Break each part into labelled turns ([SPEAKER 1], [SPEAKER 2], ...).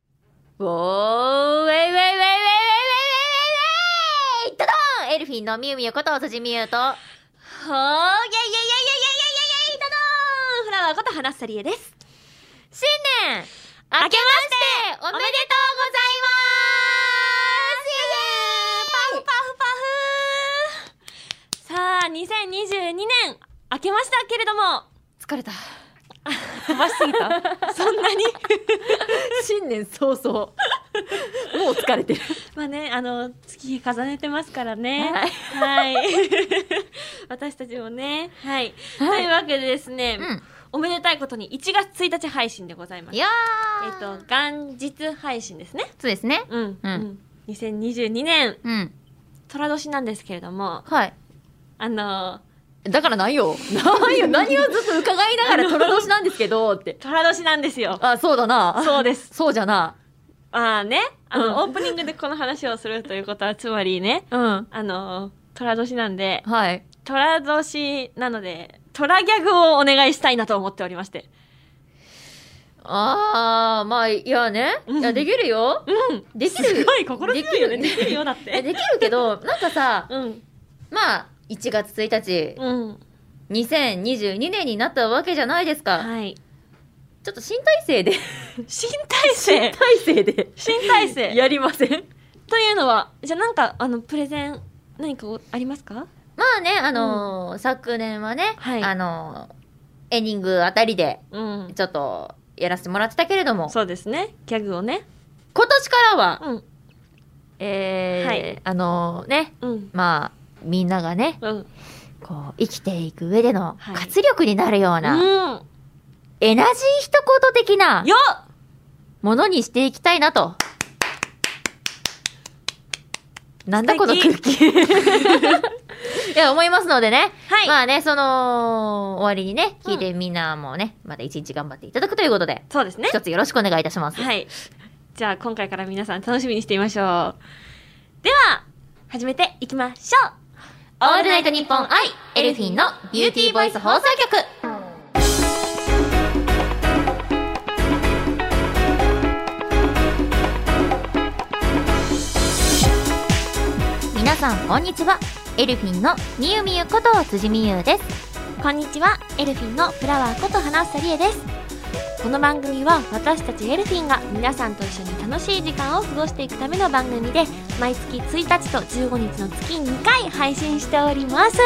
[SPEAKER 1] ウォーウェイウェイウェイウェイウェイウェイウェイウェイウェイドドーンエルフィンのみゆみゆこと辻みゆと、はーイェイイェイイェイイェイイェイイェイイェイイェイドドーンフラワーこと花さりえです。新年明けましておめでとうございますイェイパフパ
[SPEAKER 2] さあ2022年明けましたけれども
[SPEAKER 1] フ疲れた。
[SPEAKER 2] 飛ばしすぎ たそんなに
[SPEAKER 1] 新年早々。もう疲れてる。
[SPEAKER 2] まあねあの月日重ねてますからね
[SPEAKER 1] はい
[SPEAKER 2] はい 私たちもねはい、というわけでですね、
[SPEAKER 1] うん。
[SPEAKER 2] おめでたいことに1月1日配信でございます
[SPEAKER 1] い
[SPEAKER 2] えっ
[SPEAKER 1] や
[SPEAKER 2] と
[SPEAKER 1] ー。
[SPEAKER 2] 元日配信ですね
[SPEAKER 1] そうですね。
[SPEAKER 2] うん、
[SPEAKER 1] うん
[SPEAKER 2] 2022年
[SPEAKER 1] うん。
[SPEAKER 2] 寅年なんですけれども
[SPEAKER 1] はい。
[SPEAKER 2] あの
[SPEAKER 1] だからないよ。ないよ。何をずっと伺いながら虎年なんですけど、って。
[SPEAKER 2] 寅年なんですよ
[SPEAKER 1] あ、そうだな。
[SPEAKER 2] そうです
[SPEAKER 1] そうじゃな。
[SPEAKER 2] まあねあの、
[SPEAKER 1] うん
[SPEAKER 2] オープニングでこの話をするということはつまりね
[SPEAKER 1] うん。
[SPEAKER 2] あの寅年なんで
[SPEAKER 1] はい。
[SPEAKER 2] 虎年なので、虎ギャグをお願いしたいなと思っておりまして。
[SPEAKER 1] あー、まあ、いやね。いや、できるよ。
[SPEAKER 2] うん。
[SPEAKER 1] できる。
[SPEAKER 2] すごい心強いよね。
[SPEAKER 1] で
[SPEAKER 2] で
[SPEAKER 1] き
[SPEAKER 2] き
[SPEAKER 1] る
[SPEAKER 2] るよだっ
[SPEAKER 1] え
[SPEAKER 2] て。
[SPEAKER 1] できるけど、なんかさ、
[SPEAKER 2] うん。
[SPEAKER 1] まあ、1月1日、
[SPEAKER 2] うん。
[SPEAKER 1] 2022年になったわけじゃないですか。
[SPEAKER 2] はい。
[SPEAKER 1] ちょっと新 体制で、
[SPEAKER 2] 新体制
[SPEAKER 1] 体制で、
[SPEAKER 2] 新体制
[SPEAKER 1] やりません
[SPEAKER 2] というのは、じゃあなんか、あの、プレゼン、何かおありますか
[SPEAKER 1] まあね、あのー昨年はね、
[SPEAKER 2] はい
[SPEAKER 1] あのーエンディングあたりで、
[SPEAKER 2] うん。
[SPEAKER 1] ちょっと、やらせてもらってたけれども、
[SPEAKER 2] そうですね。ギャグをね。
[SPEAKER 1] 今年からは、
[SPEAKER 2] うん。
[SPEAKER 1] えー
[SPEAKER 2] はい
[SPEAKER 1] あのね、
[SPEAKER 2] うん。
[SPEAKER 1] まあ、みんながね、
[SPEAKER 2] うん。うん。
[SPEAKER 1] こう、生きていく上での
[SPEAKER 2] はい
[SPEAKER 1] 活力になるような、エナジー一言的な
[SPEAKER 2] よっ
[SPEAKER 1] ものにしていきたいなと。なんだこの空
[SPEAKER 2] 素
[SPEAKER 1] 気。い や、思いますのでね。
[SPEAKER 2] はい
[SPEAKER 1] まあね、その、終わりにね、聞いてみんなもね、また一日頑張っていただくということで、
[SPEAKER 2] そうですね。
[SPEAKER 1] 一つよろしくお願いいたします。
[SPEAKER 2] はい。じゃあ、今回から皆さん楽しみにしていましょう。では、始めていきましょう
[SPEAKER 1] オールナイトニッポン愛、エルフィンのビューティーボイス放送局。皆さん、こんにちは。エルフィンのみゆみゆこと辻みゆです。
[SPEAKER 2] こんにちは、エルフィンのフラワーこと花さりえです。この番組は私たちエルフィンが皆さんと一緒に楽しい時間を過ごしていくための番組で毎月1日と15日の月2回配信しております。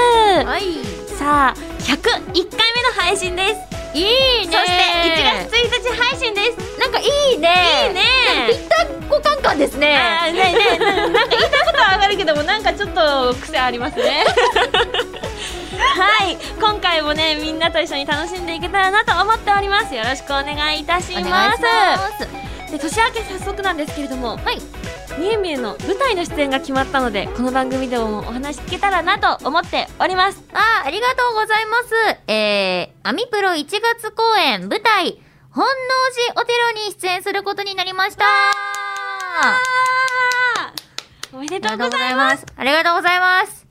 [SPEAKER 1] はい。いいね
[SPEAKER 2] さあ、101回目の配信です。そして1月1日配信です。
[SPEAKER 1] 月、なんかいいね。
[SPEAKER 2] いいね
[SPEAKER 1] ぴったんこカンカンですね。
[SPEAKER 2] あーねえねえなんか言いたいことはわかるけどもなんかちょっと癖ありますねはい今回もねみんなと一緒に楽しんでいけたらなと思っておりますよろしくお願いいたし
[SPEAKER 1] お
[SPEAKER 2] ます
[SPEAKER 1] 願いします。
[SPEAKER 2] で年明け早速なんですけれども
[SPEAKER 1] はい。
[SPEAKER 2] みゆみゆの舞台の出演が決まったのでこの番組でもお話聞けたらなと思っております
[SPEAKER 1] あー、ありがとうございます。えー、アミプロ1月公演舞台、本能寺お寺に出演することになりました。
[SPEAKER 2] あーおめでとうございます
[SPEAKER 1] す。ありがとうございます。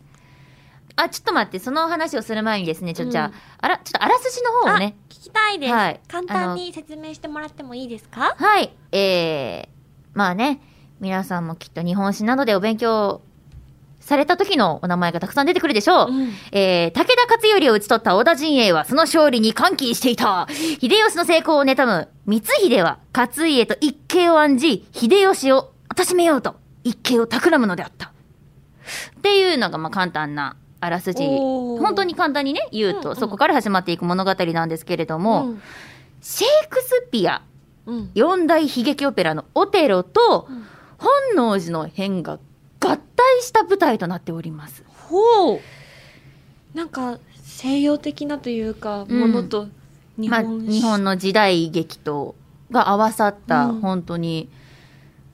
[SPEAKER 1] あ、ちょっと待って、その話をする前にですね、ちょっとじゃあ、
[SPEAKER 2] うん
[SPEAKER 1] あら、ちょっとあらすじの方をね。
[SPEAKER 2] 聞きたいです、
[SPEAKER 1] はい
[SPEAKER 2] 簡単に説明してもらってもいいですか
[SPEAKER 1] はい。えー、まあね、皆さんもきっと日本史などでお勉強された時のお名前がたくさん出てくるでしょう。
[SPEAKER 2] うん
[SPEAKER 1] えー、武田勝頼を討ち取った織田陣営はその勝利に歓喜していた。秀吉の成功を妬む光秀は勝家と一計を案じ、秀吉を貶めようと一計を企むのであった。っていうのがまあ簡単なあらすじ。
[SPEAKER 2] おー
[SPEAKER 1] 本当に簡単にね、言う
[SPEAKER 2] うんう
[SPEAKER 1] と、
[SPEAKER 2] ん
[SPEAKER 1] そこから始まっていく物語なんですけれども、
[SPEAKER 2] うん
[SPEAKER 1] シェイクスピア
[SPEAKER 2] うん
[SPEAKER 1] 四大悲劇オペラのオテロと
[SPEAKER 2] うん
[SPEAKER 1] 本能寺の変が合体した舞台となっております。
[SPEAKER 2] ほうなんか西洋的なというか
[SPEAKER 1] うん
[SPEAKER 2] ものと日
[SPEAKER 1] まあ、
[SPEAKER 2] 本,、
[SPEAKER 1] 日本の時代劇とが合わさった、
[SPEAKER 2] うん
[SPEAKER 1] 本当に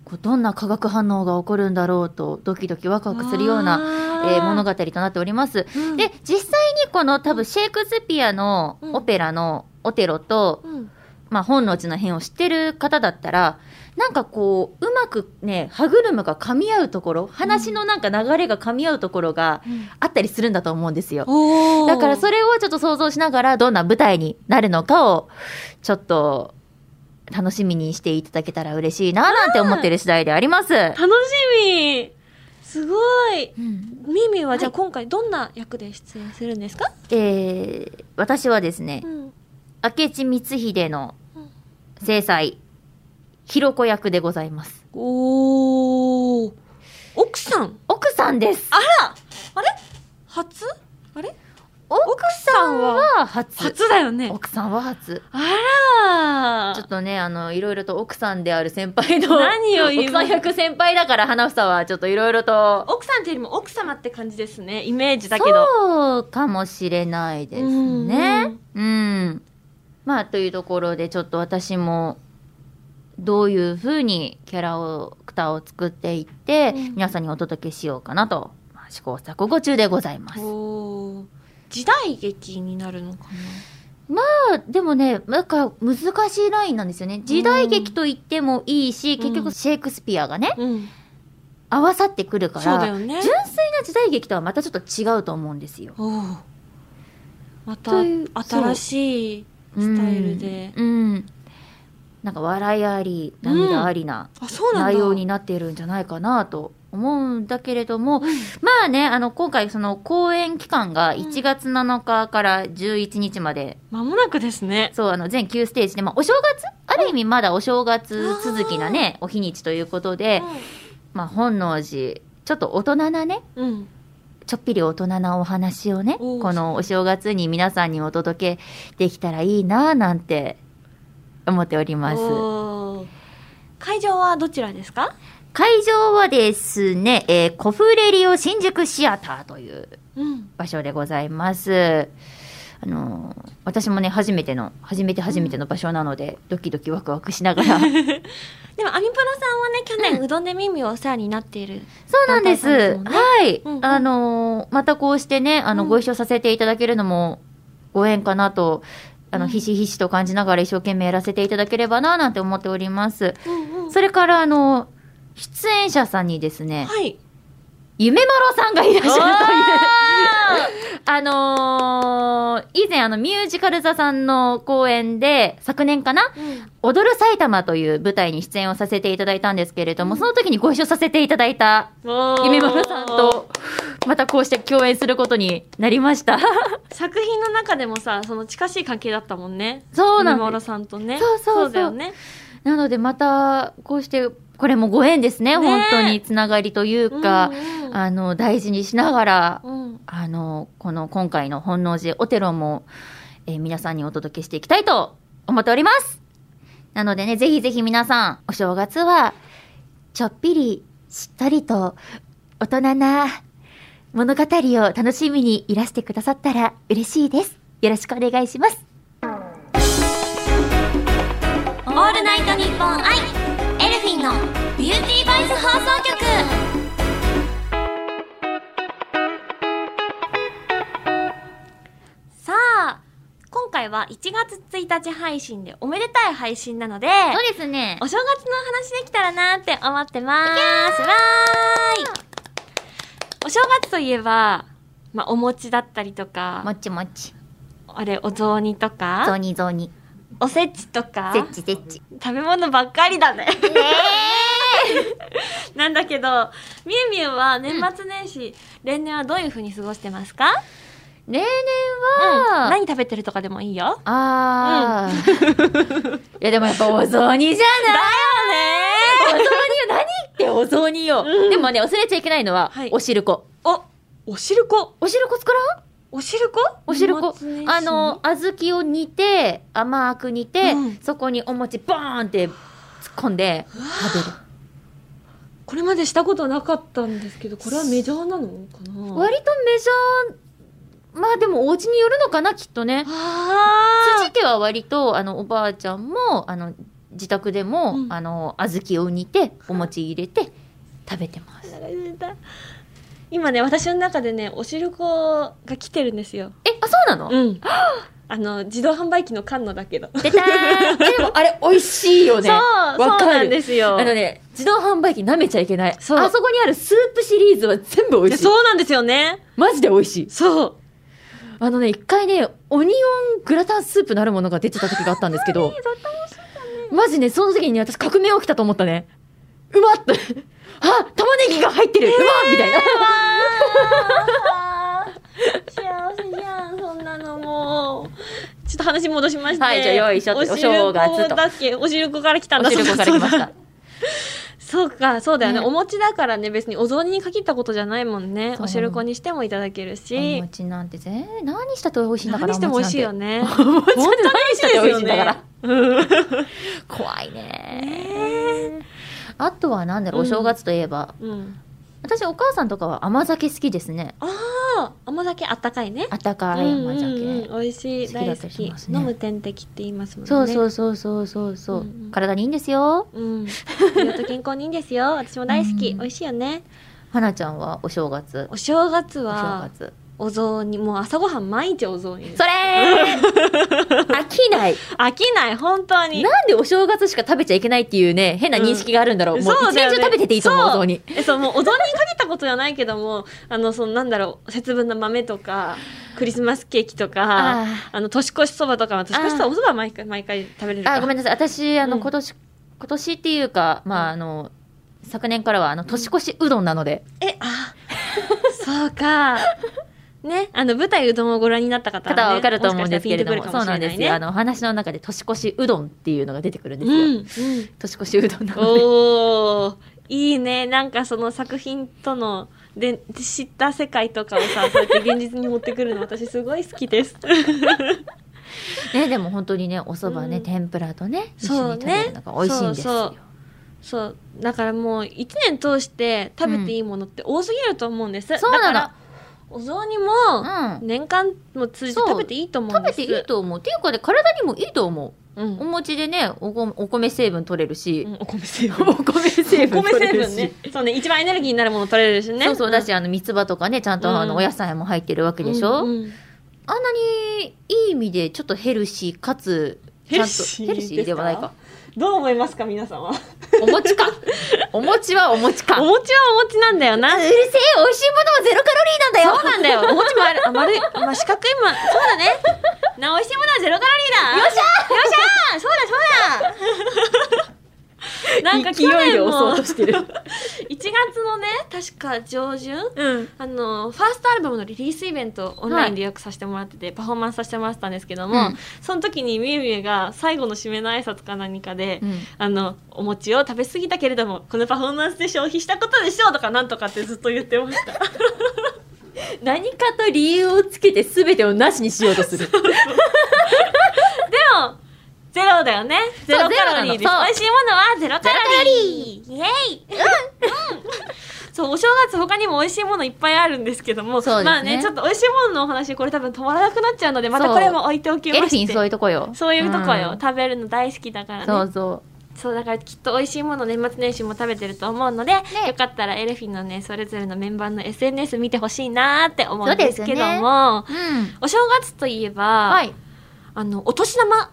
[SPEAKER 1] こうどんな化学反応が起こるんだろうとドキドキワクワクするような、え
[SPEAKER 2] な
[SPEAKER 1] ー物、語となっております。
[SPEAKER 2] うん
[SPEAKER 1] で、実際にこの多分シェイクスピアの
[SPEAKER 2] うん
[SPEAKER 1] オペラのオテロと、
[SPEAKER 2] うん
[SPEAKER 1] まあ、本能寺の変を知ってる方だったらなんかこううまくね歯車が噛み合うところ話のなんか流れが噛み合うところがあったりするんだと思うんですよ。
[SPEAKER 2] おー
[SPEAKER 1] だからそれをちょっと想像しながらどんな舞台になるのかをちょっと楽しみにしていただけたら嬉しいななんて思ってる次第であります。
[SPEAKER 2] 楽しみすごい
[SPEAKER 1] うん
[SPEAKER 2] ミミはじゃあ
[SPEAKER 1] はい
[SPEAKER 2] 今回どんな役で出演するんですか、
[SPEAKER 1] えー、私はですね
[SPEAKER 2] う、ん、
[SPEAKER 1] 明智光秀の
[SPEAKER 2] うん
[SPEAKER 1] 正妻、ひろこ役でございます。
[SPEAKER 2] おー奥さん
[SPEAKER 1] 奥さんです。
[SPEAKER 2] あらあれ初あれ
[SPEAKER 1] 奥さんは初。
[SPEAKER 2] 初だよね
[SPEAKER 1] 奥さんは初。
[SPEAKER 2] あ
[SPEAKER 1] ちょ
[SPEAKER 2] ら
[SPEAKER 1] っとね、あの、いろいろと奥さんである先輩の、
[SPEAKER 2] 何を言う
[SPEAKER 1] 奥さん役先輩だから、花房はちょっといろいろと、
[SPEAKER 2] 奥さんっていうよりも奥様って感じですねイメージだけど
[SPEAKER 1] そうかもしれないですね。うん。まあ、というところで、ちょっと私も、どういうふうにキャラを、クターを作っていって、
[SPEAKER 2] うん
[SPEAKER 1] 皆さんにお届けしようかなと、まあ試行錯誤中でございます。
[SPEAKER 2] おー時代劇になるのか
[SPEAKER 1] まあでもね、なんか難しいラインなんですよね。時代劇と言ってもいいし、
[SPEAKER 2] ん
[SPEAKER 1] 結局シェイクスピアがね、
[SPEAKER 2] な、うん、
[SPEAKER 1] 合わさってくるか
[SPEAKER 2] そう
[SPEAKER 1] ら、
[SPEAKER 2] だよね
[SPEAKER 1] 純粋な時代劇とはまたちょっと違うと思うんですよ。
[SPEAKER 2] おーまた
[SPEAKER 1] という
[SPEAKER 2] 新しいスタイルで
[SPEAKER 1] うん。うんなんか笑いあり、涙ありな
[SPEAKER 2] あそうなんだ
[SPEAKER 1] 内容になっているんじゃないかなと思うんだけれども、まあね、あの、今回その公演期間が1月7日から11日まで、
[SPEAKER 2] 間もなくですね
[SPEAKER 1] そう、あの、全9ステージで、まあ、お正月ある意味まだお正月続きなね、お日にちということで、まあ、本能寺、ちょっと大人なね、
[SPEAKER 2] うん
[SPEAKER 1] ちょっぴり大人なお話をね、
[SPEAKER 2] おー
[SPEAKER 1] このお正月に皆さんにお届けできたらいいなぁなんて思っております。
[SPEAKER 2] おー会場はどちらですか
[SPEAKER 1] 会場はですね、えー、コフレリオ新宿シアターという
[SPEAKER 2] うん
[SPEAKER 1] 場所でございます。あのー私もね、初めての、初めて初めての場所なので、ドキドキワクワクしなが
[SPEAKER 2] でも
[SPEAKER 1] ら、
[SPEAKER 2] アミプラさんはね去年うどんで耳をお世話になっている
[SPEAKER 1] そうなんです。
[SPEAKER 2] 団体さんですもんね
[SPEAKER 1] はい、
[SPEAKER 2] うんうん
[SPEAKER 1] あのーまたこうしてね、あの、
[SPEAKER 2] うん
[SPEAKER 1] ご一緒させていただけるのも、ご縁かなと、あの、
[SPEAKER 2] うん
[SPEAKER 1] ひしひしと感じながら一生懸命やらせていただければな、なんて思っております。
[SPEAKER 2] うんうん
[SPEAKER 1] それから、あの出演者さんにですね、
[SPEAKER 2] はい
[SPEAKER 1] 夢まろさんがいらっしゃるという、 あのー以前、あの、ミュージカル座さんの公演で、昨年かな踊る埼玉という舞台に出演をさせていただいたんですけれども、その時にご一緒させていただいた夢丸さんと、またこうして共演することになりました。
[SPEAKER 2] 作品の中でもさその近しい関係だったもんね
[SPEAKER 1] そうな
[SPEAKER 2] 夢
[SPEAKER 1] の
[SPEAKER 2] 丸。さんとね
[SPEAKER 1] そうそうそう
[SPEAKER 2] だよね
[SPEAKER 1] なのでまた、こうして、これもご縁ですね。
[SPEAKER 2] ねえ
[SPEAKER 1] 本当につながりというか、
[SPEAKER 2] うん
[SPEAKER 1] あの、大事にしながら、
[SPEAKER 2] うんうん
[SPEAKER 1] あの、この今回の本能寺オテロも、えー皆さんにお届けしていきたいと思っております。なのでね、ぜひぜひ皆さん、お正月は、ちょっぴり、しっとりと、大人な物語を楽しみにいらしてくださったら嬉しいです。よろしくお願いします。
[SPEAKER 2] オールナイトニッポンアイエルフィンのビューティーバイス放送局さあ今回は1月1日配信でおめでたい配信なので
[SPEAKER 1] そうですね
[SPEAKER 2] お。正月の話できたらなーって思ってますわーいお正月といえば、まあ、お餅だったりとか、
[SPEAKER 1] もちもち。
[SPEAKER 2] あれお雑煮と
[SPEAKER 1] ゾ
[SPEAKER 2] か
[SPEAKER 1] ニゾニ。
[SPEAKER 2] おせちとか
[SPEAKER 1] せっちせっち。
[SPEAKER 2] 食べ物ばっかりだ ね
[SPEAKER 1] ええ
[SPEAKER 2] なんだけど、みゆみゆは年末年始、例年はどういう風に過ごしてますか、
[SPEAKER 1] 例年は、
[SPEAKER 2] 何食べてるとかでもいいよ。
[SPEAKER 1] あー。いやでもやっぱお雑煮じゃないお雑煮よ何ってお雑煮よ、
[SPEAKER 2] うん
[SPEAKER 1] でもね忘れちゃいけないのは、
[SPEAKER 2] はい
[SPEAKER 1] お汁粉
[SPEAKER 2] お、おしるこ。
[SPEAKER 1] お汁粉作らん
[SPEAKER 2] おしるこ
[SPEAKER 1] お汁粉
[SPEAKER 2] 年末年始
[SPEAKER 1] あの、小豆を煮て甘く煮て、
[SPEAKER 2] うん
[SPEAKER 1] そこにお餅ボーンって突っ込んで食べる
[SPEAKER 2] これまでしたことなかったんですけど、これはメジャーなのかな
[SPEAKER 1] 割とメジャーまあでもお家によるのかなきっとね
[SPEAKER 2] あ
[SPEAKER 1] 辻家は割とあのおばあちゃんもあの自宅でも、
[SPEAKER 2] うん
[SPEAKER 1] あの小豆を煮てお餅入れて食べてます
[SPEAKER 2] ー今ね、私の中でね、おしるこが来てるんですよ。
[SPEAKER 1] えあそうなの、
[SPEAKER 2] うん。 あの、自動販売機の缶のだけど。
[SPEAKER 1] 出た ーでもあれ美味しいよね
[SPEAKER 2] そう、そう
[SPEAKER 1] わかる
[SPEAKER 2] なんですよ。
[SPEAKER 1] あのね、自動販売機舐めちゃいけない。あ
[SPEAKER 2] そう
[SPEAKER 1] そこにあるスープシリーズは全部美
[SPEAKER 2] で
[SPEAKER 1] 味しい。
[SPEAKER 2] そうなんですよね。
[SPEAKER 1] マジで美味しい。
[SPEAKER 2] そう。
[SPEAKER 1] あ のね、一回ね、オニオングラタンスープなるものが出てた時があったんですけど、マジね、その時にね、私革命起きたと思ったね。うわっと。あ、玉ねぎが入ってる。うわ みたいな。
[SPEAKER 2] 幸せじゃんそんなのもうちょっと話戻しまして
[SPEAKER 1] はいじゃあよいしょってお正月
[SPEAKER 2] お汁粉
[SPEAKER 1] と
[SPEAKER 2] だっけお汁粉から来たんだ
[SPEAKER 1] お汁粉から来まし
[SPEAKER 2] そうだそう
[SPEAKER 1] た。
[SPEAKER 2] かそうだよね
[SPEAKER 1] ね
[SPEAKER 2] お餅だからね別にお雑煮に限ったことじゃないもんね
[SPEAKER 1] そう
[SPEAKER 2] お汁粉にしてもいただける
[SPEAKER 1] お
[SPEAKER 2] し
[SPEAKER 1] 餅なんて全然、何したって美味しいんだから。
[SPEAKER 2] 何しても美味しいよ
[SPEAKER 1] ね。
[SPEAKER 2] ね
[SPEAKER 1] お餅なんて何 したって美味しいんだから。
[SPEAKER 2] うん
[SPEAKER 1] 怖いね。
[SPEAKER 2] ね
[SPEAKER 1] あとはなんだろう、お正月といえば。
[SPEAKER 2] うん
[SPEAKER 1] 私、お母さんとかは甘酒好きですね。
[SPEAKER 2] ああ甘酒あったかいね
[SPEAKER 1] あったかい
[SPEAKER 2] うんうん
[SPEAKER 1] 甘酒。
[SPEAKER 2] うん美味しい
[SPEAKER 1] 好きだ
[SPEAKER 2] 大
[SPEAKER 1] っ
[SPEAKER 2] 好
[SPEAKER 1] たり
[SPEAKER 2] き
[SPEAKER 1] しますね
[SPEAKER 2] 飲む点滴って言いますもんね
[SPEAKER 1] そうそうそうそうそうそう、
[SPEAKER 2] うんうん
[SPEAKER 1] 体にいいんですよ
[SPEAKER 2] うん。 意外と健康にいいんですよ。私も大好き。
[SPEAKER 1] うん
[SPEAKER 2] 美味しいよね。
[SPEAKER 1] 花ちゃんはお正月
[SPEAKER 2] お正月
[SPEAKER 1] お正
[SPEAKER 2] は、
[SPEAKER 1] 月
[SPEAKER 2] お雑煮、もう朝ごはん毎日お雑煮です
[SPEAKER 1] そ。れ ー飽きない
[SPEAKER 2] 飽きない、本当に。
[SPEAKER 1] なんでお正月しか食べちゃいけないっていうね変な認識があるんだろう、もう
[SPEAKER 2] そう
[SPEAKER 1] 一
[SPEAKER 2] だよね
[SPEAKER 1] 年中食べてていいと思
[SPEAKER 2] そう
[SPEAKER 1] うお雑煮
[SPEAKER 2] え、そう、もうお雑煮にかけたことじゃないけども、あの、そのなんだろう、節分の豆とか、クリスマスケーキとか、
[SPEAKER 1] あ
[SPEAKER 2] あの、年越しそばとかは、年越しそば、おそば毎回、毎回食べれる
[SPEAKER 1] ー
[SPEAKER 2] から。
[SPEAKER 1] あごめんなさい私あの、
[SPEAKER 2] うん
[SPEAKER 1] 今年今年っていうかまああの昨年からはあの年越しうどんなので、
[SPEAKER 2] え、あ、そうか。ね、あの、舞台うどんをご覧になった方は、ね、
[SPEAKER 1] 方はわかると思うんですけれども
[SPEAKER 2] もし
[SPEAKER 1] そ
[SPEAKER 2] か
[SPEAKER 1] う
[SPEAKER 2] した
[SPEAKER 1] な
[SPEAKER 2] ら
[SPEAKER 1] ん
[SPEAKER 2] ピンと
[SPEAKER 1] です
[SPEAKER 2] くる
[SPEAKER 1] よ
[SPEAKER 2] か
[SPEAKER 1] あ
[SPEAKER 2] も
[SPEAKER 1] のお話の中で年越しうどんっていうのが出てくるんですよ、
[SPEAKER 2] しれないね。うん、うん。
[SPEAKER 1] 年越しうどんなので
[SPEAKER 2] おーいいねなんかその作品とので知った世界とかを さそうやって現実に持ってくるの私すごい好きです
[SPEAKER 1] ね、でも本当にねお蕎麦ね、
[SPEAKER 2] うん
[SPEAKER 1] 天ぷらとね一
[SPEAKER 2] そ
[SPEAKER 1] 緒
[SPEAKER 2] う
[SPEAKER 1] に
[SPEAKER 2] ね
[SPEAKER 1] 食べるのが美味しいんですよ、
[SPEAKER 2] そうそうそうだからもう一年通して食べていいものって多すぎると思うんです、
[SPEAKER 1] そうなの
[SPEAKER 2] だからお雑煮も
[SPEAKER 1] うん
[SPEAKER 2] 年間も通じて
[SPEAKER 1] そう
[SPEAKER 2] 食べていいと思うん
[SPEAKER 1] 食
[SPEAKER 2] で
[SPEAKER 1] べ
[SPEAKER 2] す
[SPEAKER 1] ていいと思うっていうかね体にもいいと思
[SPEAKER 2] うん
[SPEAKER 1] うお餅でねお米お米成分取れるし
[SPEAKER 2] う、んお米成分
[SPEAKER 1] お米成
[SPEAKER 2] お
[SPEAKER 1] 分
[SPEAKER 2] 米
[SPEAKER 1] 取れ
[SPEAKER 2] 成
[SPEAKER 1] る
[SPEAKER 2] 分
[SPEAKER 1] し、
[SPEAKER 2] ねそうね一番エネルギーになるもの取れるしね
[SPEAKER 1] そうそうだしあの三つ葉とかねちゃんとあの
[SPEAKER 2] うん
[SPEAKER 1] お野菜も入ってるわけでしょ、
[SPEAKER 2] うんうん
[SPEAKER 1] あんなにいい意味でちょっとヘルシーかつちゃんと
[SPEAKER 2] ヘ
[SPEAKER 1] ヘ
[SPEAKER 2] ル
[SPEAKER 1] ル
[SPEAKER 2] シ
[SPEAKER 1] シ
[SPEAKER 2] ーですか
[SPEAKER 1] ーではないか
[SPEAKER 2] どう思いますか皆さんは
[SPEAKER 1] お餅 かお餅はお餅か
[SPEAKER 2] お
[SPEAKER 1] うる
[SPEAKER 2] 餅はお餅なんだよな
[SPEAKER 1] せえ美味しいものはゼロカロリーなんだよ
[SPEAKER 2] そうなんだよ。お餅もある、あ丸い、まあ、四角いま、そうだね。な、美味しいものはゼロカロリーだ。よっしゃよっしゃそうだそうだなんか去
[SPEAKER 1] 勢いで
[SPEAKER 2] 年
[SPEAKER 1] 押そ
[SPEAKER 2] も
[SPEAKER 1] うとしてる
[SPEAKER 2] 1月のね、確か上旬、
[SPEAKER 1] うん
[SPEAKER 2] あの、ファーストアルバムのリリースイベントをオンラインでよくさせてもらってて、パフォーマンスさせてもらってたんですけども、
[SPEAKER 1] うん
[SPEAKER 2] その時にみゆみゆが最後の締めの挨拶か何かで、
[SPEAKER 1] うん
[SPEAKER 2] あの、お餅を食べ過ぎたけれども、このパフォーマンスで消費したことでしょうとかなんとかってずっと言ってました。
[SPEAKER 1] 何かと理由をつけて全てをなしにしようとする。
[SPEAKER 2] でも、ゼロだよね。ゼロカロリーです。美
[SPEAKER 1] ゼロなのそう
[SPEAKER 2] 味しいものはゼロカロリー。イエイうん そう、お正月他にも美味しいものいっぱいあるんですけども、
[SPEAKER 1] そうですね
[SPEAKER 2] まあね、ちょっと美味しいもののお話、これ多分止まらなくなっちゃうので、またこれも置いておき
[SPEAKER 1] エ
[SPEAKER 2] まして。
[SPEAKER 1] ルフィンそういうとこよ。
[SPEAKER 2] そういうとこよ、
[SPEAKER 1] うん
[SPEAKER 2] 食べるの大好きだからね。そ
[SPEAKER 1] そううそ
[SPEAKER 2] だからきっと美味しいもの年末年始も食べてると思うので、よかったらエルフィンのね、それぞれのメンバーの SNS 見てほしいなーって思うんですけど
[SPEAKER 1] そうです
[SPEAKER 2] も、
[SPEAKER 1] う。うん。
[SPEAKER 2] お正月といえば、
[SPEAKER 1] はい。
[SPEAKER 2] あの、お年玉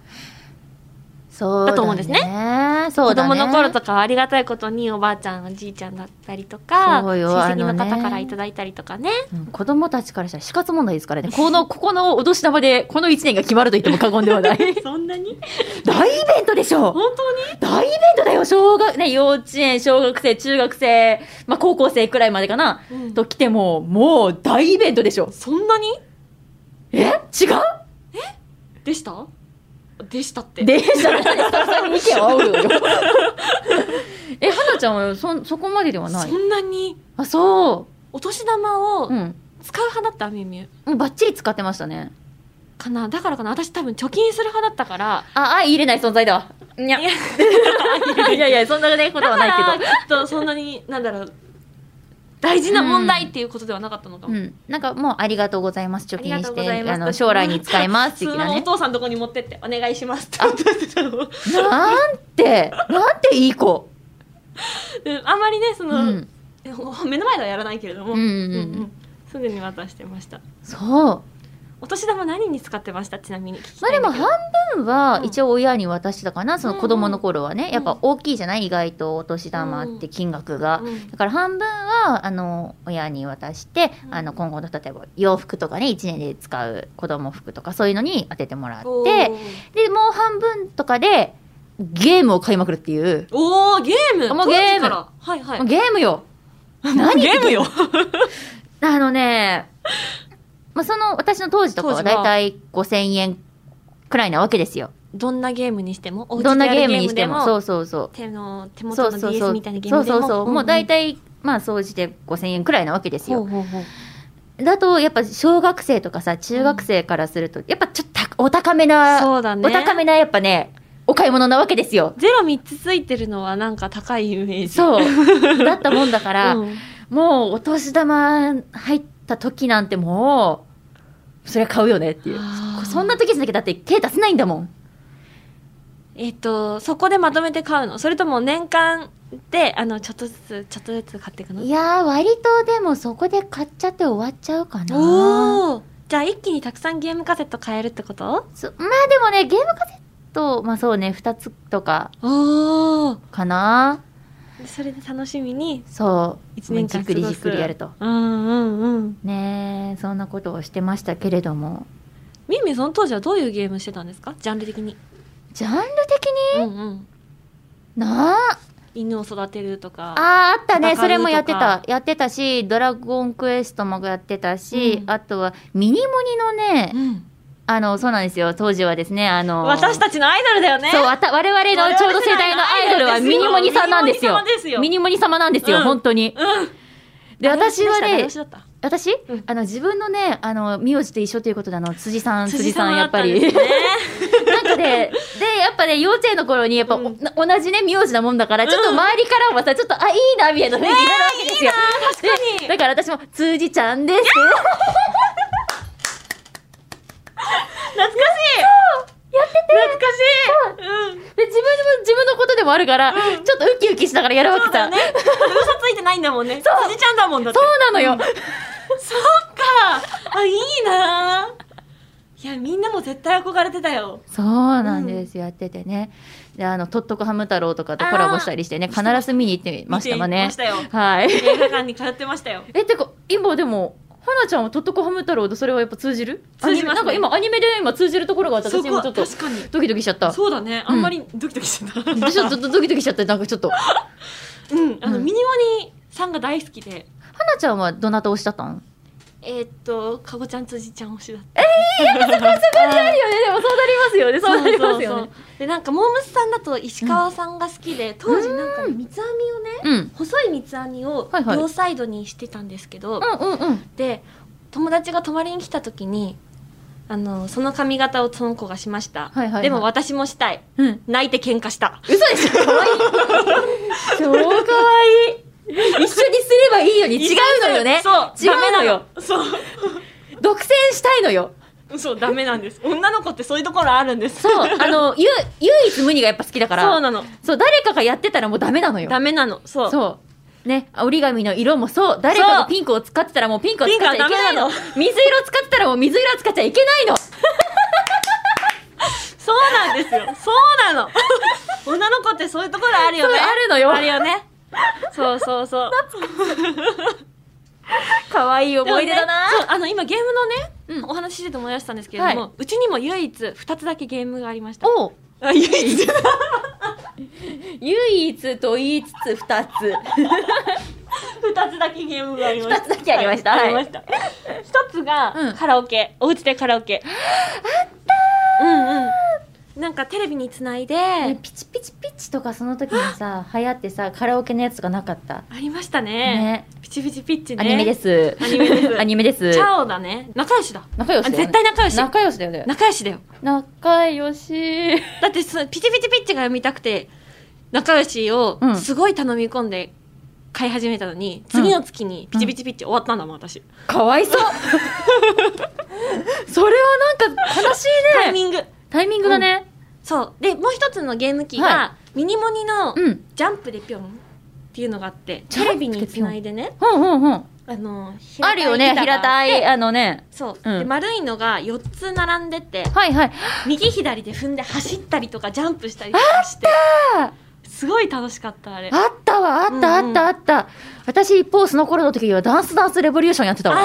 [SPEAKER 1] そう
[SPEAKER 2] だと思うんですね
[SPEAKER 1] ね。そう
[SPEAKER 2] 子
[SPEAKER 1] だね。
[SPEAKER 2] 供の頃とかはありがたいことにおばあちゃんおじいちゃんだったりとか
[SPEAKER 1] そうよ
[SPEAKER 2] 親戚の
[SPEAKER 1] あのね
[SPEAKER 2] 方からいただいたりとかね
[SPEAKER 1] うん子供たちからしたら死活問題ですからね。この、ここのお年玉で、この1年が決まると言っても過言ではない。
[SPEAKER 2] そんなに
[SPEAKER 1] 大イベントでしょ
[SPEAKER 2] 本当に
[SPEAKER 1] 大イベントだよ小学、ね、幼稚園、小学生、中学生、まあ、高校生くらいまでかな、
[SPEAKER 2] うん
[SPEAKER 1] と来ても、もう大イベントでしょ
[SPEAKER 2] そんなに
[SPEAKER 1] え違う
[SPEAKER 2] でしたでしたって
[SPEAKER 1] 電車の中でスタッフさんに意見を仰ぐのよ。 え、はなちゃんはそんそこまでではない
[SPEAKER 2] そ。んなに
[SPEAKER 1] あ、そ
[SPEAKER 2] お年玉を
[SPEAKER 1] う。うん。
[SPEAKER 2] 使う派だったみゆみゆ
[SPEAKER 1] もうバッチリ使ってましたね。
[SPEAKER 2] かなだからかな私多分貯金する派だったから
[SPEAKER 1] あ、あ、入れない存在だわ。いや、
[SPEAKER 2] い
[SPEAKER 1] い
[SPEAKER 2] や
[SPEAKER 1] やいや、そんなねことは
[SPEAKER 2] だか
[SPEAKER 1] な
[SPEAKER 2] ら
[SPEAKER 1] いけ
[SPEAKER 2] きっとそんなになんだろう大事な問題っていうことではなかったのか
[SPEAKER 1] ど。う
[SPEAKER 2] も、
[SPEAKER 1] ん。なんかもう、ありがとうございます。貯金
[SPEAKER 2] ありがとう
[SPEAKER 1] し
[SPEAKER 2] ござい
[SPEAKER 1] て、
[SPEAKER 2] ます
[SPEAKER 1] あの、将来に使います。
[SPEAKER 2] そ
[SPEAKER 1] 的
[SPEAKER 2] の
[SPEAKER 1] な
[SPEAKER 2] ままお
[SPEAKER 1] ね。
[SPEAKER 2] 父さんのとこに持ってってお願いしますって 言ってたの
[SPEAKER 1] なんて、なんていい子。
[SPEAKER 2] うんあんまりねその、
[SPEAKER 1] うん。
[SPEAKER 2] 目の前ではやらないけれども、
[SPEAKER 1] うんうんうん
[SPEAKER 2] すぐに渡してました
[SPEAKER 1] そう。
[SPEAKER 2] お年玉何に使ってましたちなみに聞き
[SPEAKER 1] ま
[SPEAKER 2] た
[SPEAKER 1] あ
[SPEAKER 2] い
[SPEAKER 1] で
[SPEAKER 2] んだ
[SPEAKER 1] も
[SPEAKER 2] けど
[SPEAKER 1] 半分は
[SPEAKER 2] うん
[SPEAKER 1] 一応親に渡してたかな、その子供の頃はね、や
[SPEAKER 2] う
[SPEAKER 1] っ
[SPEAKER 2] ん
[SPEAKER 1] ぱ大きいじゃない意外とお年玉って金額が、
[SPEAKER 2] うん
[SPEAKER 1] だから半分はあの親に渡して、
[SPEAKER 2] うん
[SPEAKER 1] あの今後の例えば洋服とかね1年で使う子供服とかそういうのに当ててもらっ
[SPEAKER 2] お
[SPEAKER 1] て
[SPEAKER 2] ー
[SPEAKER 1] でもう半分とかでゲームを買いまくるっていう。
[SPEAKER 2] おー、ゲーム
[SPEAKER 1] あもうゲ
[SPEAKER 2] 当
[SPEAKER 1] ーム
[SPEAKER 2] 時からはいはい。
[SPEAKER 1] ゲームよ
[SPEAKER 2] 何ゲーム よ
[SPEAKER 1] あ のね、まあ、その、私の当時とかは
[SPEAKER 2] 当時
[SPEAKER 1] だ
[SPEAKER 2] はい
[SPEAKER 1] たい5000円くらいなわけですよ。
[SPEAKER 2] どんなゲームにしても、お家で
[SPEAKER 1] どんな
[SPEAKER 2] やる
[SPEAKER 1] ゲームにして
[SPEAKER 2] ゲ
[SPEAKER 1] も。
[SPEAKER 2] ー
[SPEAKER 1] そ
[SPEAKER 2] ム
[SPEAKER 1] うそうそう。
[SPEAKER 2] でも手の、手
[SPEAKER 1] そ
[SPEAKER 2] 元
[SPEAKER 1] う
[SPEAKER 2] の
[SPEAKER 1] そうそう
[SPEAKER 2] DS みたいなゲー
[SPEAKER 1] そ
[SPEAKER 2] ム
[SPEAKER 1] う
[SPEAKER 2] でも。
[SPEAKER 1] そうそう。もう大
[SPEAKER 2] 体、
[SPEAKER 1] 体、まあ、総じて5000円くらいなわけです
[SPEAKER 2] ほう
[SPEAKER 1] よ。
[SPEAKER 2] ほうほう。
[SPEAKER 1] だと、やっぱ小学生とかさ、中学生からすると、やっぱちょっとたお高めな、
[SPEAKER 2] そうだね。
[SPEAKER 1] お高めなやっぱね、お買い物なわけですよ。
[SPEAKER 2] ゼロ3つついてるのはなんか高いイメージ。う。
[SPEAKER 1] そう。だったもんだから、
[SPEAKER 2] うん
[SPEAKER 1] もうお年玉入った時なんてもう、それは買うよねっていう
[SPEAKER 2] あ。ー
[SPEAKER 1] そんな時じゃなきゃだって手出せないんだもん。
[SPEAKER 2] えっと、そこでまとめて買うのそれとも年間で、あの、ちょっとずつ、ちょっとずつ買っていくの
[SPEAKER 1] いやー、割とでもそこで買っちゃって終わっちゃうかな。
[SPEAKER 2] おー。じゃあ一気にたくさんゲームカセット買えるってこと
[SPEAKER 1] そまあでもね、ゲームカセット、まあそうね、2つとか
[SPEAKER 2] おー。
[SPEAKER 1] かな。
[SPEAKER 2] それで楽しみに。
[SPEAKER 1] そう。
[SPEAKER 2] 一年間
[SPEAKER 1] じっくり
[SPEAKER 2] 過
[SPEAKER 1] じ
[SPEAKER 2] ごす
[SPEAKER 1] っくりやると。
[SPEAKER 2] うんうんうん。
[SPEAKER 1] ねえ、そんなことをしてましたけれども。
[SPEAKER 2] ミンミンその当時はどういうゲームしてたんですかジャンル的に。
[SPEAKER 1] ジャンル的に
[SPEAKER 2] うんうん。
[SPEAKER 1] なあ
[SPEAKER 2] 犬を育てるとか。
[SPEAKER 1] あーあった
[SPEAKER 2] 戦う
[SPEAKER 1] ね
[SPEAKER 2] とか
[SPEAKER 1] それもやってたやってたし「ドラゴンクエスト」もやってたし、
[SPEAKER 2] うん
[SPEAKER 1] あとはミニモニのね
[SPEAKER 2] うん。
[SPEAKER 1] あのそうなんですよ当時はですねあの
[SPEAKER 2] 私たちのアイドルだよね。
[SPEAKER 1] そうわた我々のちょうど世代のアイドルはミニモニさんなんです
[SPEAKER 2] ミニ
[SPEAKER 1] よ
[SPEAKER 2] モニ様ですよ
[SPEAKER 1] ミニモニ様なんですよ、
[SPEAKER 2] うん
[SPEAKER 1] 本当に
[SPEAKER 2] うん。
[SPEAKER 1] で私はね
[SPEAKER 2] 私だった。
[SPEAKER 1] 私、
[SPEAKER 2] うん
[SPEAKER 1] あの自分のねあの名字と一緒ということであの辻さん辻さんやっぱり、
[SPEAKER 2] 辻さんだたんですね
[SPEAKER 1] なんかねでやっぱね幼稚園の頃にやっぱ、お
[SPEAKER 2] うん
[SPEAKER 1] な同じね名字なもんだからちょっと
[SPEAKER 2] うん
[SPEAKER 1] 周りからもさちょっとあいいなみたいな雰囲気になるわけですよ、
[SPEAKER 2] 確かに。
[SPEAKER 1] だから私も、通じちゃんです。
[SPEAKER 2] 懐かしい。
[SPEAKER 1] やってて。
[SPEAKER 2] 懐かしい。うん。
[SPEAKER 1] で、自分でも、自分のことでもあるから、ちょっとウキウキしながらやるわけ
[SPEAKER 2] そうだ
[SPEAKER 1] さ。
[SPEAKER 2] ね。嘘ついてないんだもんね。辻ちゃんだもんだって。
[SPEAKER 1] そうなのよ。
[SPEAKER 2] そっか。あ、いいな。いや、みんなも絶対憧れてたよ。
[SPEAKER 1] そうなんです、やっててね。で、あの、とっとこハム太郎とかとコラボしたりしてね、必ず見に行ってましたわ
[SPEAKER 2] 見て
[SPEAKER 1] ね
[SPEAKER 2] ましたよ。
[SPEAKER 1] はい。
[SPEAKER 2] 映画館に通ってましたよ。
[SPEAKER 1] え、てか、今でも、花ちゃんはとっとこハム太郎とそれはやっぱ通じる
[SPEAKER 2] 通じますね
[SPEAKER 1] アニメなんか今、アニメで今通じるところがあった。
[SPEAKER 2] そ
[SPEAKER 1] 私
[SPEAKER 2] こ
[SPEAKER 1] も
[SPEAKER 2] は
[SPEAKER 1] ちょっと、
[SPEAKER 2] 確かに。
[SPEAKER 1] ドキドキしちゃった。
[SPEAKER 2] そうだね。あんまりドキドキしてた。う
[SPEAKER 1] でちょっとドキドキしちゃって、なんかちょっと。花
[SPEAKER 2] ん。あの、
[SPEAKER 1] うん
[SPEAKER 2] ミニモニさんが大好きで。
[SPEAKER 1] ちゃんはどなた推しだったん
[SPEAKER 2] えーっと、かごちゃん辻ちゃん推しだった。
[SPEAKER 1] あるよね、でもそうなりますよね、そうなりますよね。
[SPEAKER 2] でなんかモームスさんだと石川さんが好きで、当時なんか三つ編みをね
[SPEAKER 1] うん。
[SPEAKER 2] 細い三つ編みを
[SPEAKER 1] はいはい
[SPEAKER 2] 両サイドにしてたんですけど、
[SPEAKER 1] うんうんうん。
[SPEAKER 2] で友達が泊まりに来た時にあのその髪型をその子がしました、
[SPEAKER 1] はいはいはい
[SPEAKER 2] でも私もしたい
[SPEAKER 1] うん。
[SPEAKER 2] 泣いて喧嘩した
[SPEAKER 1] 嘘でしょ可愛い超可愛い一緒にすればいいのに違うのよね。
[SPEAKER 2] そう
[SPEAKER 1] 違うのよ。
[SPEAKER 2] ダメなの
[SPEAKER 1] 独占したいのよ。
[SPEAKER 2] そうそうダメなんです女の子ってそういうところあるんです
[SPEAKER 1] そう。あの、ゆ、唯一無二がやっぱ好きだから。
[SPEAKER 2] そうなの
[SPEAKER 1] そう誰かがやってたらもうダメなのよ。
[SPEAKER 2] ダメなのそう
[SPEAKER 1] そう。ね、折り紙の色もそう。誰かがピンクを使ってたらもうピンクを使っちゃいけないの。
[SPEAKER 2] ピンクはダ
[SPEAKER 1] 水色使ってたらもう水色は使っちゃいけないの。
[SPEAKER 2] そうなんですよそうなの女の子ってそういうところある
[SPEAKER 1] そ
[SPEAKER 2] よ
[SPEAKER 1] う、
[SPEAKER 2] ね
[SPEAKER 1] あるのよ。
[SPEAKER 2] あるよねそうそうそう
[SPEAKER 1] 可愛い思い出だな。
[SPEAKER 2] でもねそうあの今ゲームのね、
[SPEAKER 1] うん
[SPEAKER 2] お話ししてて思い出したんですけれども、
[SPEAKER 1] は
[SPEAKER 2] うちにも唯一2つだけゲームがありました
[SPEAKER 1] おう
[SPEAKER 2] あ唯一
[SPEAKER 1] 唯一と言いつつ二つ。
[SPEAKER 2] 二つだけゲームがありました
[SPEAKER 1] 二つだけありましたはい
[SPEAKER 2] ありました一つが、
[SPEAKER 1] うん
[SPEAKER 2] カラオケお家でカラオケあったうんうんなんかテレビにつないで
[SPEAKER 1] ねピチピチピチとかその時にさ流行ってさカラオケのやつとかなかった
[SPEAKER 2] ありましたね
[SPEAKER 1] ね
[SPEAKER 2] ピチピチピッチね
[SPEAKER 1] アニメですす
[SPEAKER 2] アニメです
[SPEAKER 1] アニメです
[SPEAKER 2] チャオだね仲良しだ
[SPEAKER 1] 仲良し
[SPEAKER 2] あ
[SPEAKER 1] だよね
[SPEAKER 2] 絶対仲良し
[SPEAKER 1] 仲良しだよね
[SPEAKER 2] 仲良しだよ
[SPEAKER 1] 仲良し
[SPEAKER 2] だってそのピチピチピッチが読みたくて仲良しを
[SPEAKER 1] うん
[SPEAKER 2] すごい頼み込んで買い始めたのに、次の月にピチピチピッチ終わったんだもん私、
[SPEAKER 1] かわいそうそれはなんか悲し
[SPEAKER 2] タイ
[SPEAKER 1] いね
[SPEAKER 2] ミング
[SPEAKER 1] タイミングだね
[SPEAKER 2] そうでもう一つのゲーム機が、
[SPEAKER 1] は
[SPEAKER 2] ミニモニの
[SPEAKER 1] うんうん
[SPEAKER 2] 「ジャンプでぴょん」っていうのがあって
[SPEAKER 1] ジャ
[SPEAKER 2] テ
[SPEAKER 1] ンプ
[SPEAKER 2] レビにつないでね
[SPEAKER 1] うんうん
[SPEAKER 2] あの平
[SPEAKER 1] あるよね
[SPEAKER 2] 板があっ
[SPEAKER 1] 平
[SPEAKER 2] て
[SPEAKER 1] たいあのね
[SPEAKER 2] そう、
[SPEAKER 1] うん
[SPEAKER 2] で丸いのが4つ並んでて
[SPEAKER 1] はいはい
[SPEAKER 2] 右左で踏んで走ったりとかジャンプしたりとかして
[SPEAKER 1] あー
[SPEAKER 2] すごい楽しかったあれ
[SPEAKER 1] あったわあったあったあった、私一方その頃の時はダンスダンスレボリューションやってたわ
[SPEAKER 2] あー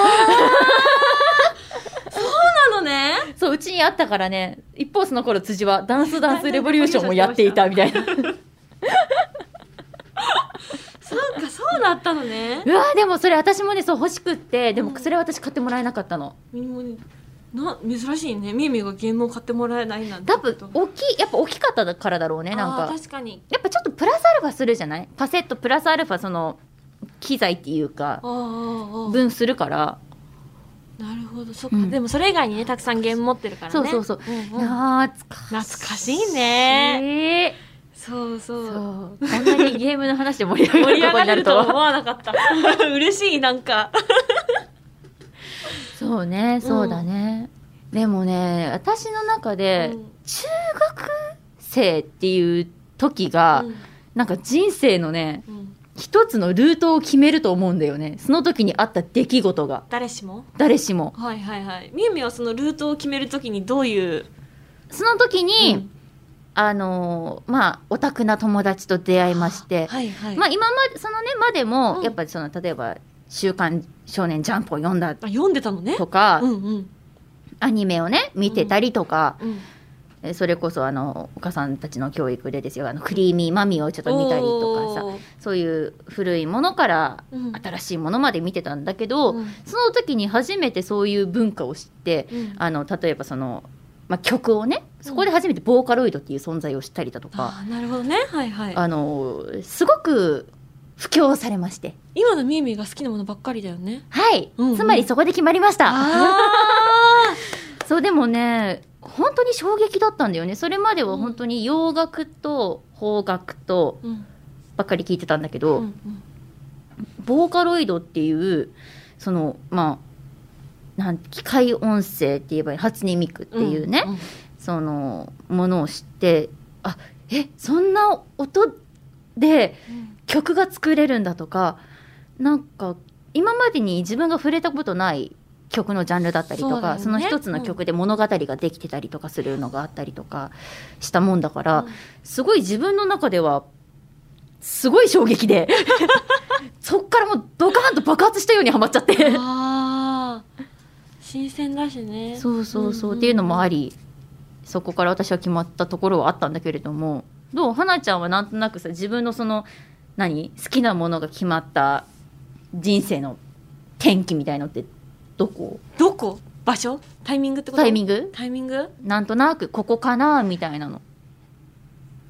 [SPEAKER 2] そうなのね
[SPEAKER 1] そう、うちにあったからね、一方その頃辻はダンスダンスレボリューションもやっていたみた いな。
[SPEAKER 2] そうかそうだったのね
[SPEAKER 1] うわーでもそれ私もね、そう欲しくって、で
[SPEAKER 2] う
[SPEAKER 1] も
[SPEAKER 2] ん
[SPEAKER 1] それ私買ってもらえなかったの。
[SPEAKER 2] みもにな珍しいねみみがゲームを買ってもらえないなんて
[SPEAKER 1] 多分、大きい、やっぱ大きかったからだろうね、なん
[SPEAKER 2] あー
[SPEAKER 1] か。
[SPEAKER 2] 確かに
[SPEAKER 1] やっぱちょっとプラスアルファするじゃないパセットプラスアルファその、機材っていう
[SPEAKER 2] あ、ー
[SPEAKER 1] か
[SPEAKER 2] あーあー
[SPEAKER 1] 分するから。
[SPEAKER 2] なるほどそっか、
[SPEAKER 1] うん
[SPEAKER 2] でもそれ以外にねたくさんゲーム持ってるからね
[SPEAKER 1] そうそうそう。
[SPEAKER 2] んうん
[SPEAKER 1] 懐か
[SPEAKER 2] 懐かしいね
[SPEAKER 1] え
[SPEAKER 2] そうそう
[SPEAKER 1] そう。こんなにゲームの話で盛り上が
[SPEAKER 2] 盛
[SPEAKER 1] る
[SPEAKER 2] り上
[SPEAKER 1] こと
[SPEAKER 2] が
[SPEAKER 1] にな
[SPEAKER 2] れ
[SPEAKER 1] る
[SPEAKER 2] る
[SPEAKER 1] と
[SPEAKER 2] とは思
[SPEAKER 1] は。
[SPEAKER 2] わなかった 嬉しいなんか
[SPEAKER 1] そうね、そうだね。でもね、私の中で、
[SPEAKER 2] うん
[SPEAKER 1] 中学生っていう時が、なんか人生のね、
[SPEAKER 2] うんうん
[SPEAKER 1] 一つのルートを決めると思うんだよね。その時にあった出来事が。
[SPEAKER 2] 誰しも
[SPEAKER 1] 誰しも。
[SPEAKER 2] はいはいはいみゆみはそのルートを決めるときにどういう
[SPEAKER 1] その時に、
[SPEAKER 2] うん
[SPEAKER 1] あのーまあ、オタクな友達と出会いまして、
[SPEAKER 2] はいはい
[SPEAKER 1] まあ今まで、そのね、までも、
[SPEAKER 2] うん
[SPEAKER 1] やっぱりその、例えば、週刊少年ジャンプを読んだ
[SPEAKER 2] あ読んでたのね
[SPEAKER 1] とか、
[SPEAKER 2] うんうん
[SPEAKER 1] アニメをね、見てたりとか、
[SPEAKER 2] うん
[SPEAKER 1] えそれこそあの、お母さんたちの教育でですよ、あの、クリーミーマミーをちょっと見たりとかさ、
[SPEAKER 2] おー
[SPEAKER 1] そういう古いものから
[SPEAKER 2] うん
[SPEAKER 1] 新しいものまで見てたんだけど、
[SPEAKER 2] うん
[SPEAKER 1] その時に初めてそういう文化を知って、
[SPEAKER 2] うん
[SPEAKER 1] あの例えばその、まあ、曲をねそこで初めてボーカロイドっていう存在を知ったりだとか、
[SPEAKER 2] あーなるほどねはいはい
[SPEAKER 1] あのすごく布教されまして
[SPEAKER 2] 今のみゆみが好きなものばっかりだよね
[SPEAKER 1] はい、
[SPEAKER 2] うんうん
[SPEAKER 1] つまりそこで決まりました
[SPEAKER 2] あ
[SPEAKER 1] そうでもね本当に衝撃だったんだよねそれまでは本当に洋楽と邦楽と
[SPEAKER 2] ーうん
[SPEAKER 1] ばっかり聞いてたんだけ
[SPEAKER 2] う
[SPEAKER 1] ど、
[SPEAKER 2] んうん
[SPEAKER 1] ボーカロイドっていうそのまあなん機械音声って言えばいい初音ミクっていうね、
[SPEAKER 2] んん
[SPEAKER 1] そのものを知ってあえそんな音で
[SPEAKER 2] うん
[SPEAKER 1] 曲が作れるんだとかなんか今までに自分が触れたことない曲のジャンルだったりと
[SPEAKER 2] そうだよ
[SPEAKER 1] か
[SPEAKER 2] ね
[SPEAKER 1] そ,、の一つの曲で物語ができてたりとかするのがあったりとかしたもんだから、
[SPEAKER 2] うん
[SPEAKER 1] すごい自分の中ではすごい衝撃 でそっからもうドカーンと爆発したようにはまっちゃって
[SPEAKER 2] あー新鮮だしね
[SPEAKER 1] そうそうそう、
[SPEAKER 2] うんうん
[SPEAKER 1] っていうのもありそこから私は決まったところはあったんだけれどもどうはなちゃんはなんとなくさ自分のその何好きなものが決まった人生の転機みたいのってどこ
[SPEAKER 2] どこ場所タイミングってこと
[SPEAKER 1] タイミン
[SPEAKER 2] グ
[SPEAKER 1] グ
[SPEAKER 2] タイミング
[SPEAKER 1] なんとなくここかなみたいなの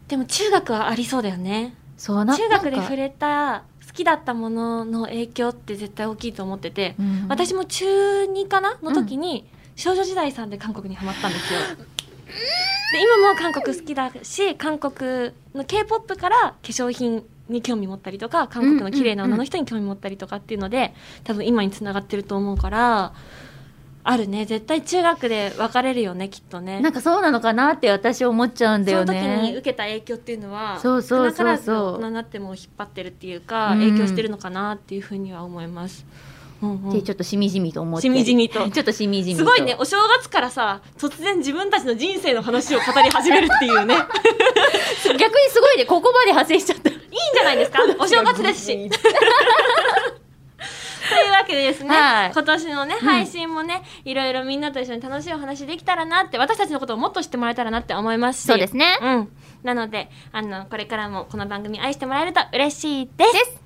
[SPEAKER 2] でも中学はありそうだよね
[SPEAKER 1] そうな
[SPEAKER 2] 中学で
[SPEAKER 1] なんか
[SPEAKER 2] 触れた好きだったものの影響って絶対大きいと思ってて、
[SPEAKER 1] うん
[SPEAKER 2] 私も中2かなの時に、少女時代さんで韓国にハマったんですよ。で今も韓国好きだし韓国の k p o p から化粧品に興味持ったりとか韓国の綺麗な女の人に興味持ったりとかっていうので多分今につながってると思うからあるね絶対中学で別れるよねきっとね
[SPEAKER 1] なんかそうなのかなって私思っちゃうんだ
[SPEAKER 2] そ
[SPEAKER 1] よ
[SPEAKER 2] の時に
[SPEAKER 1] ね
[SPEAKER 2] 受けた影響っていうのは
[SPEAKER 1] そうそ
[SPEAKER 2] 少
[SPEAKER 1] うそうそう
[SPEAKER 2] なからず大人になっても引っ張ってるっていうか、
[SPEAKER 1] うん
[SPEAKER 2] 影響してるのかなっていうふうには思います。うんうん
[SPEAKER 1] でちょっとしみじみと思って
[SPEAKER 2] しみじみと
[SPEAKER 1] ちょっとしみじみ
[SPEAKER 2] す
[SPEAKER 1] と
[SPEAKER 2] ごいねお正月からさ突然自分たちの人生の話を語り始めるって いうねいいん
[SPEAKER 1] 逆にすごいねここまで派生しちゃった
[SPEAKER 2] じゃないですかお正月ですし。 というわけでですね、
[SPEAKER 1] はい
[SPEAKER 2] 今年のね
[SPEAKER 1] うん
[SPEAKER 2] 配信もね、いろいろみんなと一緒に楽しいお話できたらなって私たちのことをもっと知ってもらえたらなって思いますし
[SPEAKER 1] そうですね
[SPEAKER 2] うん、なのであのこれからもこの番組愛してもらえると嬉しいです
[SPEAKER 1] です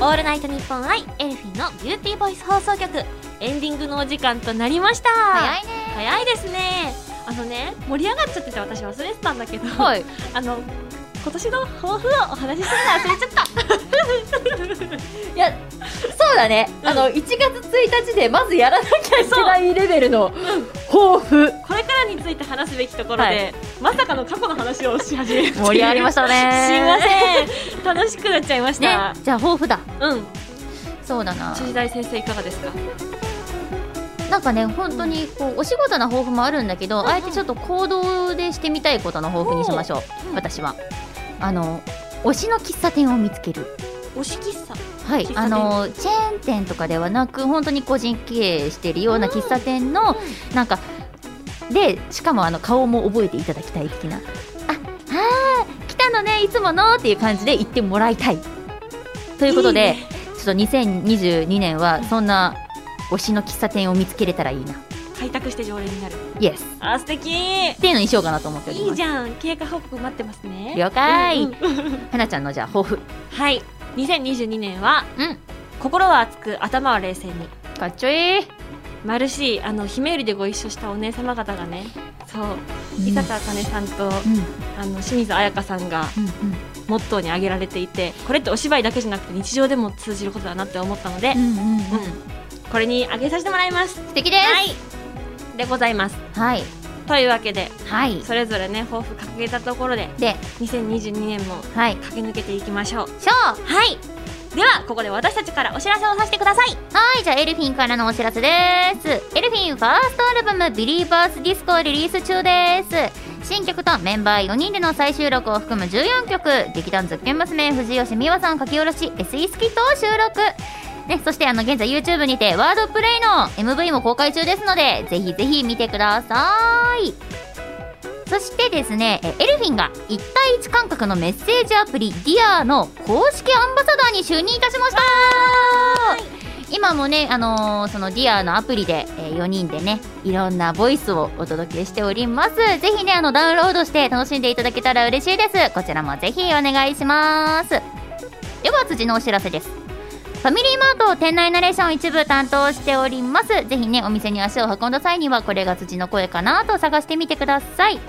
[SPEAKER 2] オールナイトニッポンアイエルフィンのビューティーボイス放送局エンディングのお時間となりました
[SPEAKER 1] 早
[SPEAKER 2] 早
[SPEAKER 1] いね
[SPEAKER 2] いですねあのね盛り上がっちゃってて私忘れてたんだけど、
[SPEAKER 1] はい
[SPEAKER 2] あの今年の抱負をお話しするの忘れちゃった
[SPEAKER 1] いやそうだね、あの1月1日でまずやらなきゃいけないレベルの抱負
[SPEAKER 2] これからについて話すべきところで、
[SPEAKER 1] はい
[SPEAKER 2] まさかの過去の話をし始めるっていう
[SPEAKER 1] 盛り上がりましたね
[SPEAKER 2] すいません楽しくなっちゃいまし
[SPEAKER 1] ね
[SPEAKER 2] た、
[SPEAKER 1] じゃあ抱負だ
[SPEAKER 2] うん
[SPEAKER 1] そうだな
[SPEAKER 2] 中大先生いかがですか
[SPEAKER 1] なんかね本当にこうお仕事の抱負もあるんだけど、
[SPEAKER 2] うん
[SPEAKER 1] あえてちょっと行動でしてみたいことの抱負にしましょう、
[SPEAKER 2] うん
[SPEAKER 1] 私はあの推しの喫茶店を見つける
[SPEAKER 2] 推し喫茶
[SPEAKER 1] はい
[SPEAKER 2] 喫茶店
[SPEAKER 1] あのチェーン店とかではなく本当に個人経営しているような喫茶店の、なんかでしかもあの顔も覚えていただきたい的なああー来たのねいつものっていう感じで言ってもらいたいということで
[SPEAKER 2] いいね
[SPEAKER 1] ちょっと2022年はそんな推しの喫茶店を見つけれたらいいな
[SPEAKER 2] 開拓して常連になる
[SPEAKER 1] イエスっ
[SPEAKER 2] あ素敵
[SPEAKER 1] ていうのにしようかなと思っており
[SPEAKER 2] い
[SPEAKER 1] ま
[SPEAKER 2] い
[SPEAKER 1] す
[SPEAKER 2] じゃん経過報告待ってますね
[SPEAKER 1] 了解
[SPEAKER 2] うんうん
[SPEAKER 1] はなちゃんのじゃあ抱負
[SPEAKER 2] はい2022年は
[SPEAKER 1] うん
[SPEAKER 2] 心は熱く頭は冷静に
[SPEAKER 1] かっちょいい
[SPEAKER 2] マルシーあの姫売りでご一緒したお姉様方がねそう伊坂あかねさんと、
[SPEAKER 1] うん
[SPEAKER 2] あの清水彩香さんが
[SPEAKER 1] うん
[SPEAKER 2] モットーに挙げられていてこれってお芝居だけじゃなくて日常でも通じることだなって思ったので、
[SPEAKER 1] うんうん
[SPEAKER 2] う
[SPEAKER 1] うん
[SPEAKER 2] ん
[SPEAKER 1] うん
[SPEAKER 2] これに挙げさせてもらいます
[SPEAKER 1] 素敵です
[SPEAKER 2] はいでございます
[SPEAKER 1] はい
[SPEAKER 2] というわけで
[SPEAKER 1] はい
[SPEAKER 2] それぞれね抱負掲げたところで
[SPEAKER 1] で
[SPEAKER 2] 2022年も
[SPEAKER 1] はい
[SPEAKER 2] 駆け抜けていきましょう
[SPEAKER 1] ショー
[SPEAKER 2] はいではここで私たちからお知らせをさせてください
[SPEAKER 1] はい、じゃあエルフィンからのお知らせです。エルフィンファーストアルバム、ビリーバースディスコをリリース中です。新曲とメンバー4人での再収録を含む14曲、劇団ズッキュン娘、藤吉美和さん書き下ろし、SE スキットを収録。ね、そしてあの現在 YouTube にてワードプレイの MV も公開中ですので、ぜひぜひ見てください。そしてですね、えエルフィンが1対1感覚のメッセージアプリ Dear の公式アンバサダーに就任いたしました今もね、あのーその Dear のアプリで、え4人でね、いろんなボイスをお届けしております。ぜひね、あの、ダウンロードして楽しんでいただけたら嬉しいです。こちらもぜひお願いします。では、辻のお知らせです。ファミリーマートを店内ナレーション一部担当しております。ぜひね、お店に足を運んだ際には、これが辻の声かなと探してみてください。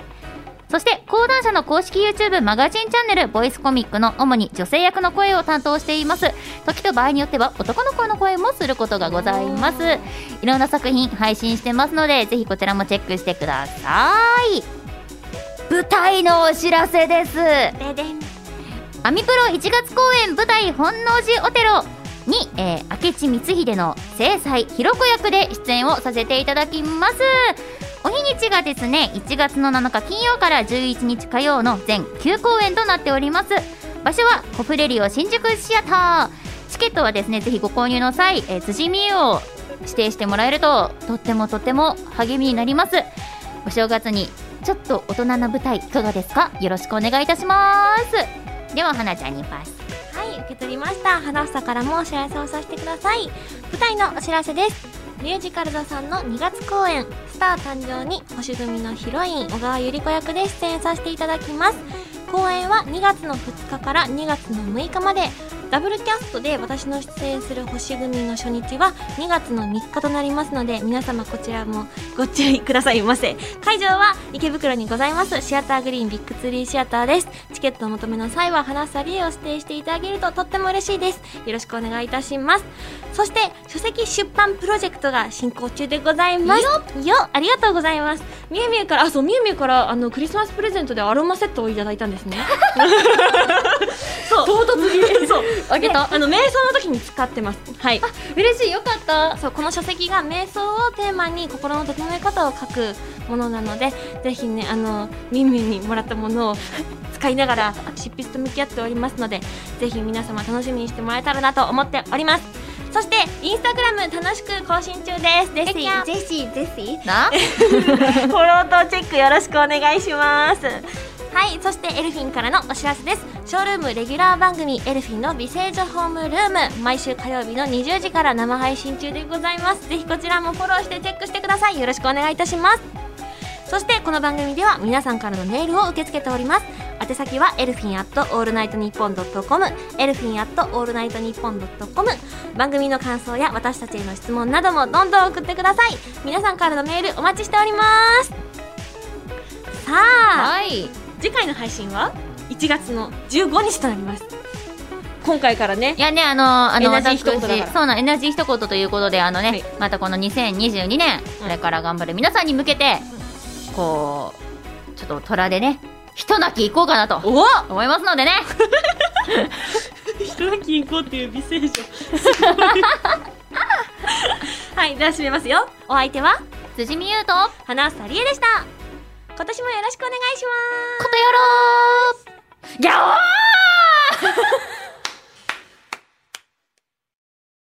[SPEAKER 1] そして、講談社の公式 YouTube マガジンチャンネル、ボイスコミックの主に女性役の声を担当しています。時と場合によっては、男の子の声もすることがございます。いろんな作品配信してますので、ぜひこちらもチェックしてください。舞台のお知らせです。
[SPEAKER 2] ででん
[SPEAKER 1] アミプロ1月公演舞台本能寺オテロに、えー明智光秀の正妻ひろ子役で出演をさせていただきますお日にちがですね1月の7日金曜から11日火曜の全9公演となっております場所はコフレリオ新宿シアターチケットはですねぜひご購入の際、えー、辻美優を指定してもらえるととってもとっても励みになりますお正月にちょっと大人な舞台いかがですかよろしくお願いいたしますでは花ちゃんにパス
[SPEAKER 2] はい、受け取りました。花房からもお知らせをさせてください。舞台のお知らせです。ミュージカル座さんの2月公演、スター誕生に星組のヒロイン、小川百合子役で出演させていただきます。公演は2月の2日から2月の6日まで、ダブルキャストで私の出演する星組の初日は2月の3日となりますので、皆様こちらもご注意くださいませ。会場は池袋にございますシアターグリーンビッグツリーシアターです。チケットを求めの際は花さりを指定していただけるととっても嬉しいです。よろしくお願いいたします。そして書籍出版プロジェクトが進行中でございます。よよありがとうございます。みゆみゆから、あ、そう、みゆみゆからあのクリスマスプレゼントでアロマセットをいただいたんです ね。そう。唐突に。そう。
[SPEAKER 1] あげた
[SPEAKER 2] であの瞑想の時に使ってます。はい。
[SPEAKER 1] 嬉しいよかった
[SPEAKER 2] そうこの書籍が瞑想をテーマに心の整え方を書くものなのでぜひねあのミンミンにもらったものを使いながら執筆と向き合っておりますのでぜひ皆様楽しみにしてもらえたらなと思っておりますそしてインスタグラム楽しく更新中ですぜひぜ
[SPEAKER 1] やっ
[SPEAKER 2] ひぜひ
[SPEAKER 1] な
[SPEAKER 2] フォローとチェックよろしくお願いしますはいそしてエルフィンからのお知らせですショールームレギュラー番組「エルフィンの美声女ホームルーム」毎週火曜日の20時から生配信中でございますぜひこちらもフォローしてチェックしてくださいよろしくお願いいたしますそしてこの番組では皆さんからのメールを受け付けております宛先はエルフィンアットオールナイトニッポンドットコムエルフィンアットオールナイトニッポンドットコム番組の感想や私たちへの質問などもどんどん送ってください皆さんからのメールお待ちしておりますさあ
[SPEAKER 1] はい
[SPEAKER 2] 次回の配信は1月の15日となります今回からね
[SPEAKER 1] いやねあのあの
[SPEAKER 2] エナジー一言だから
[SPEAKER 1] 私そうなんエナジー一言ということであのね、
[SPEAKER 2] はい
[SPEAKER 1] またこの2022年これから頑張る皆さんに向けてこうちょっと虎でね人泣きいこうかなと
[SPEAKER 2] おお
[SPEAKER 1] 思いますの でね
[SPEAKER 2] 人き行こうっていう美声女 はいでは締めますよお相手は
[SPEAKER 1] 辻美優と
[SPEAKER 2] 花房理恵でした今年もよろしくお願いします
[SPEAKER 1] ことやろうギャオー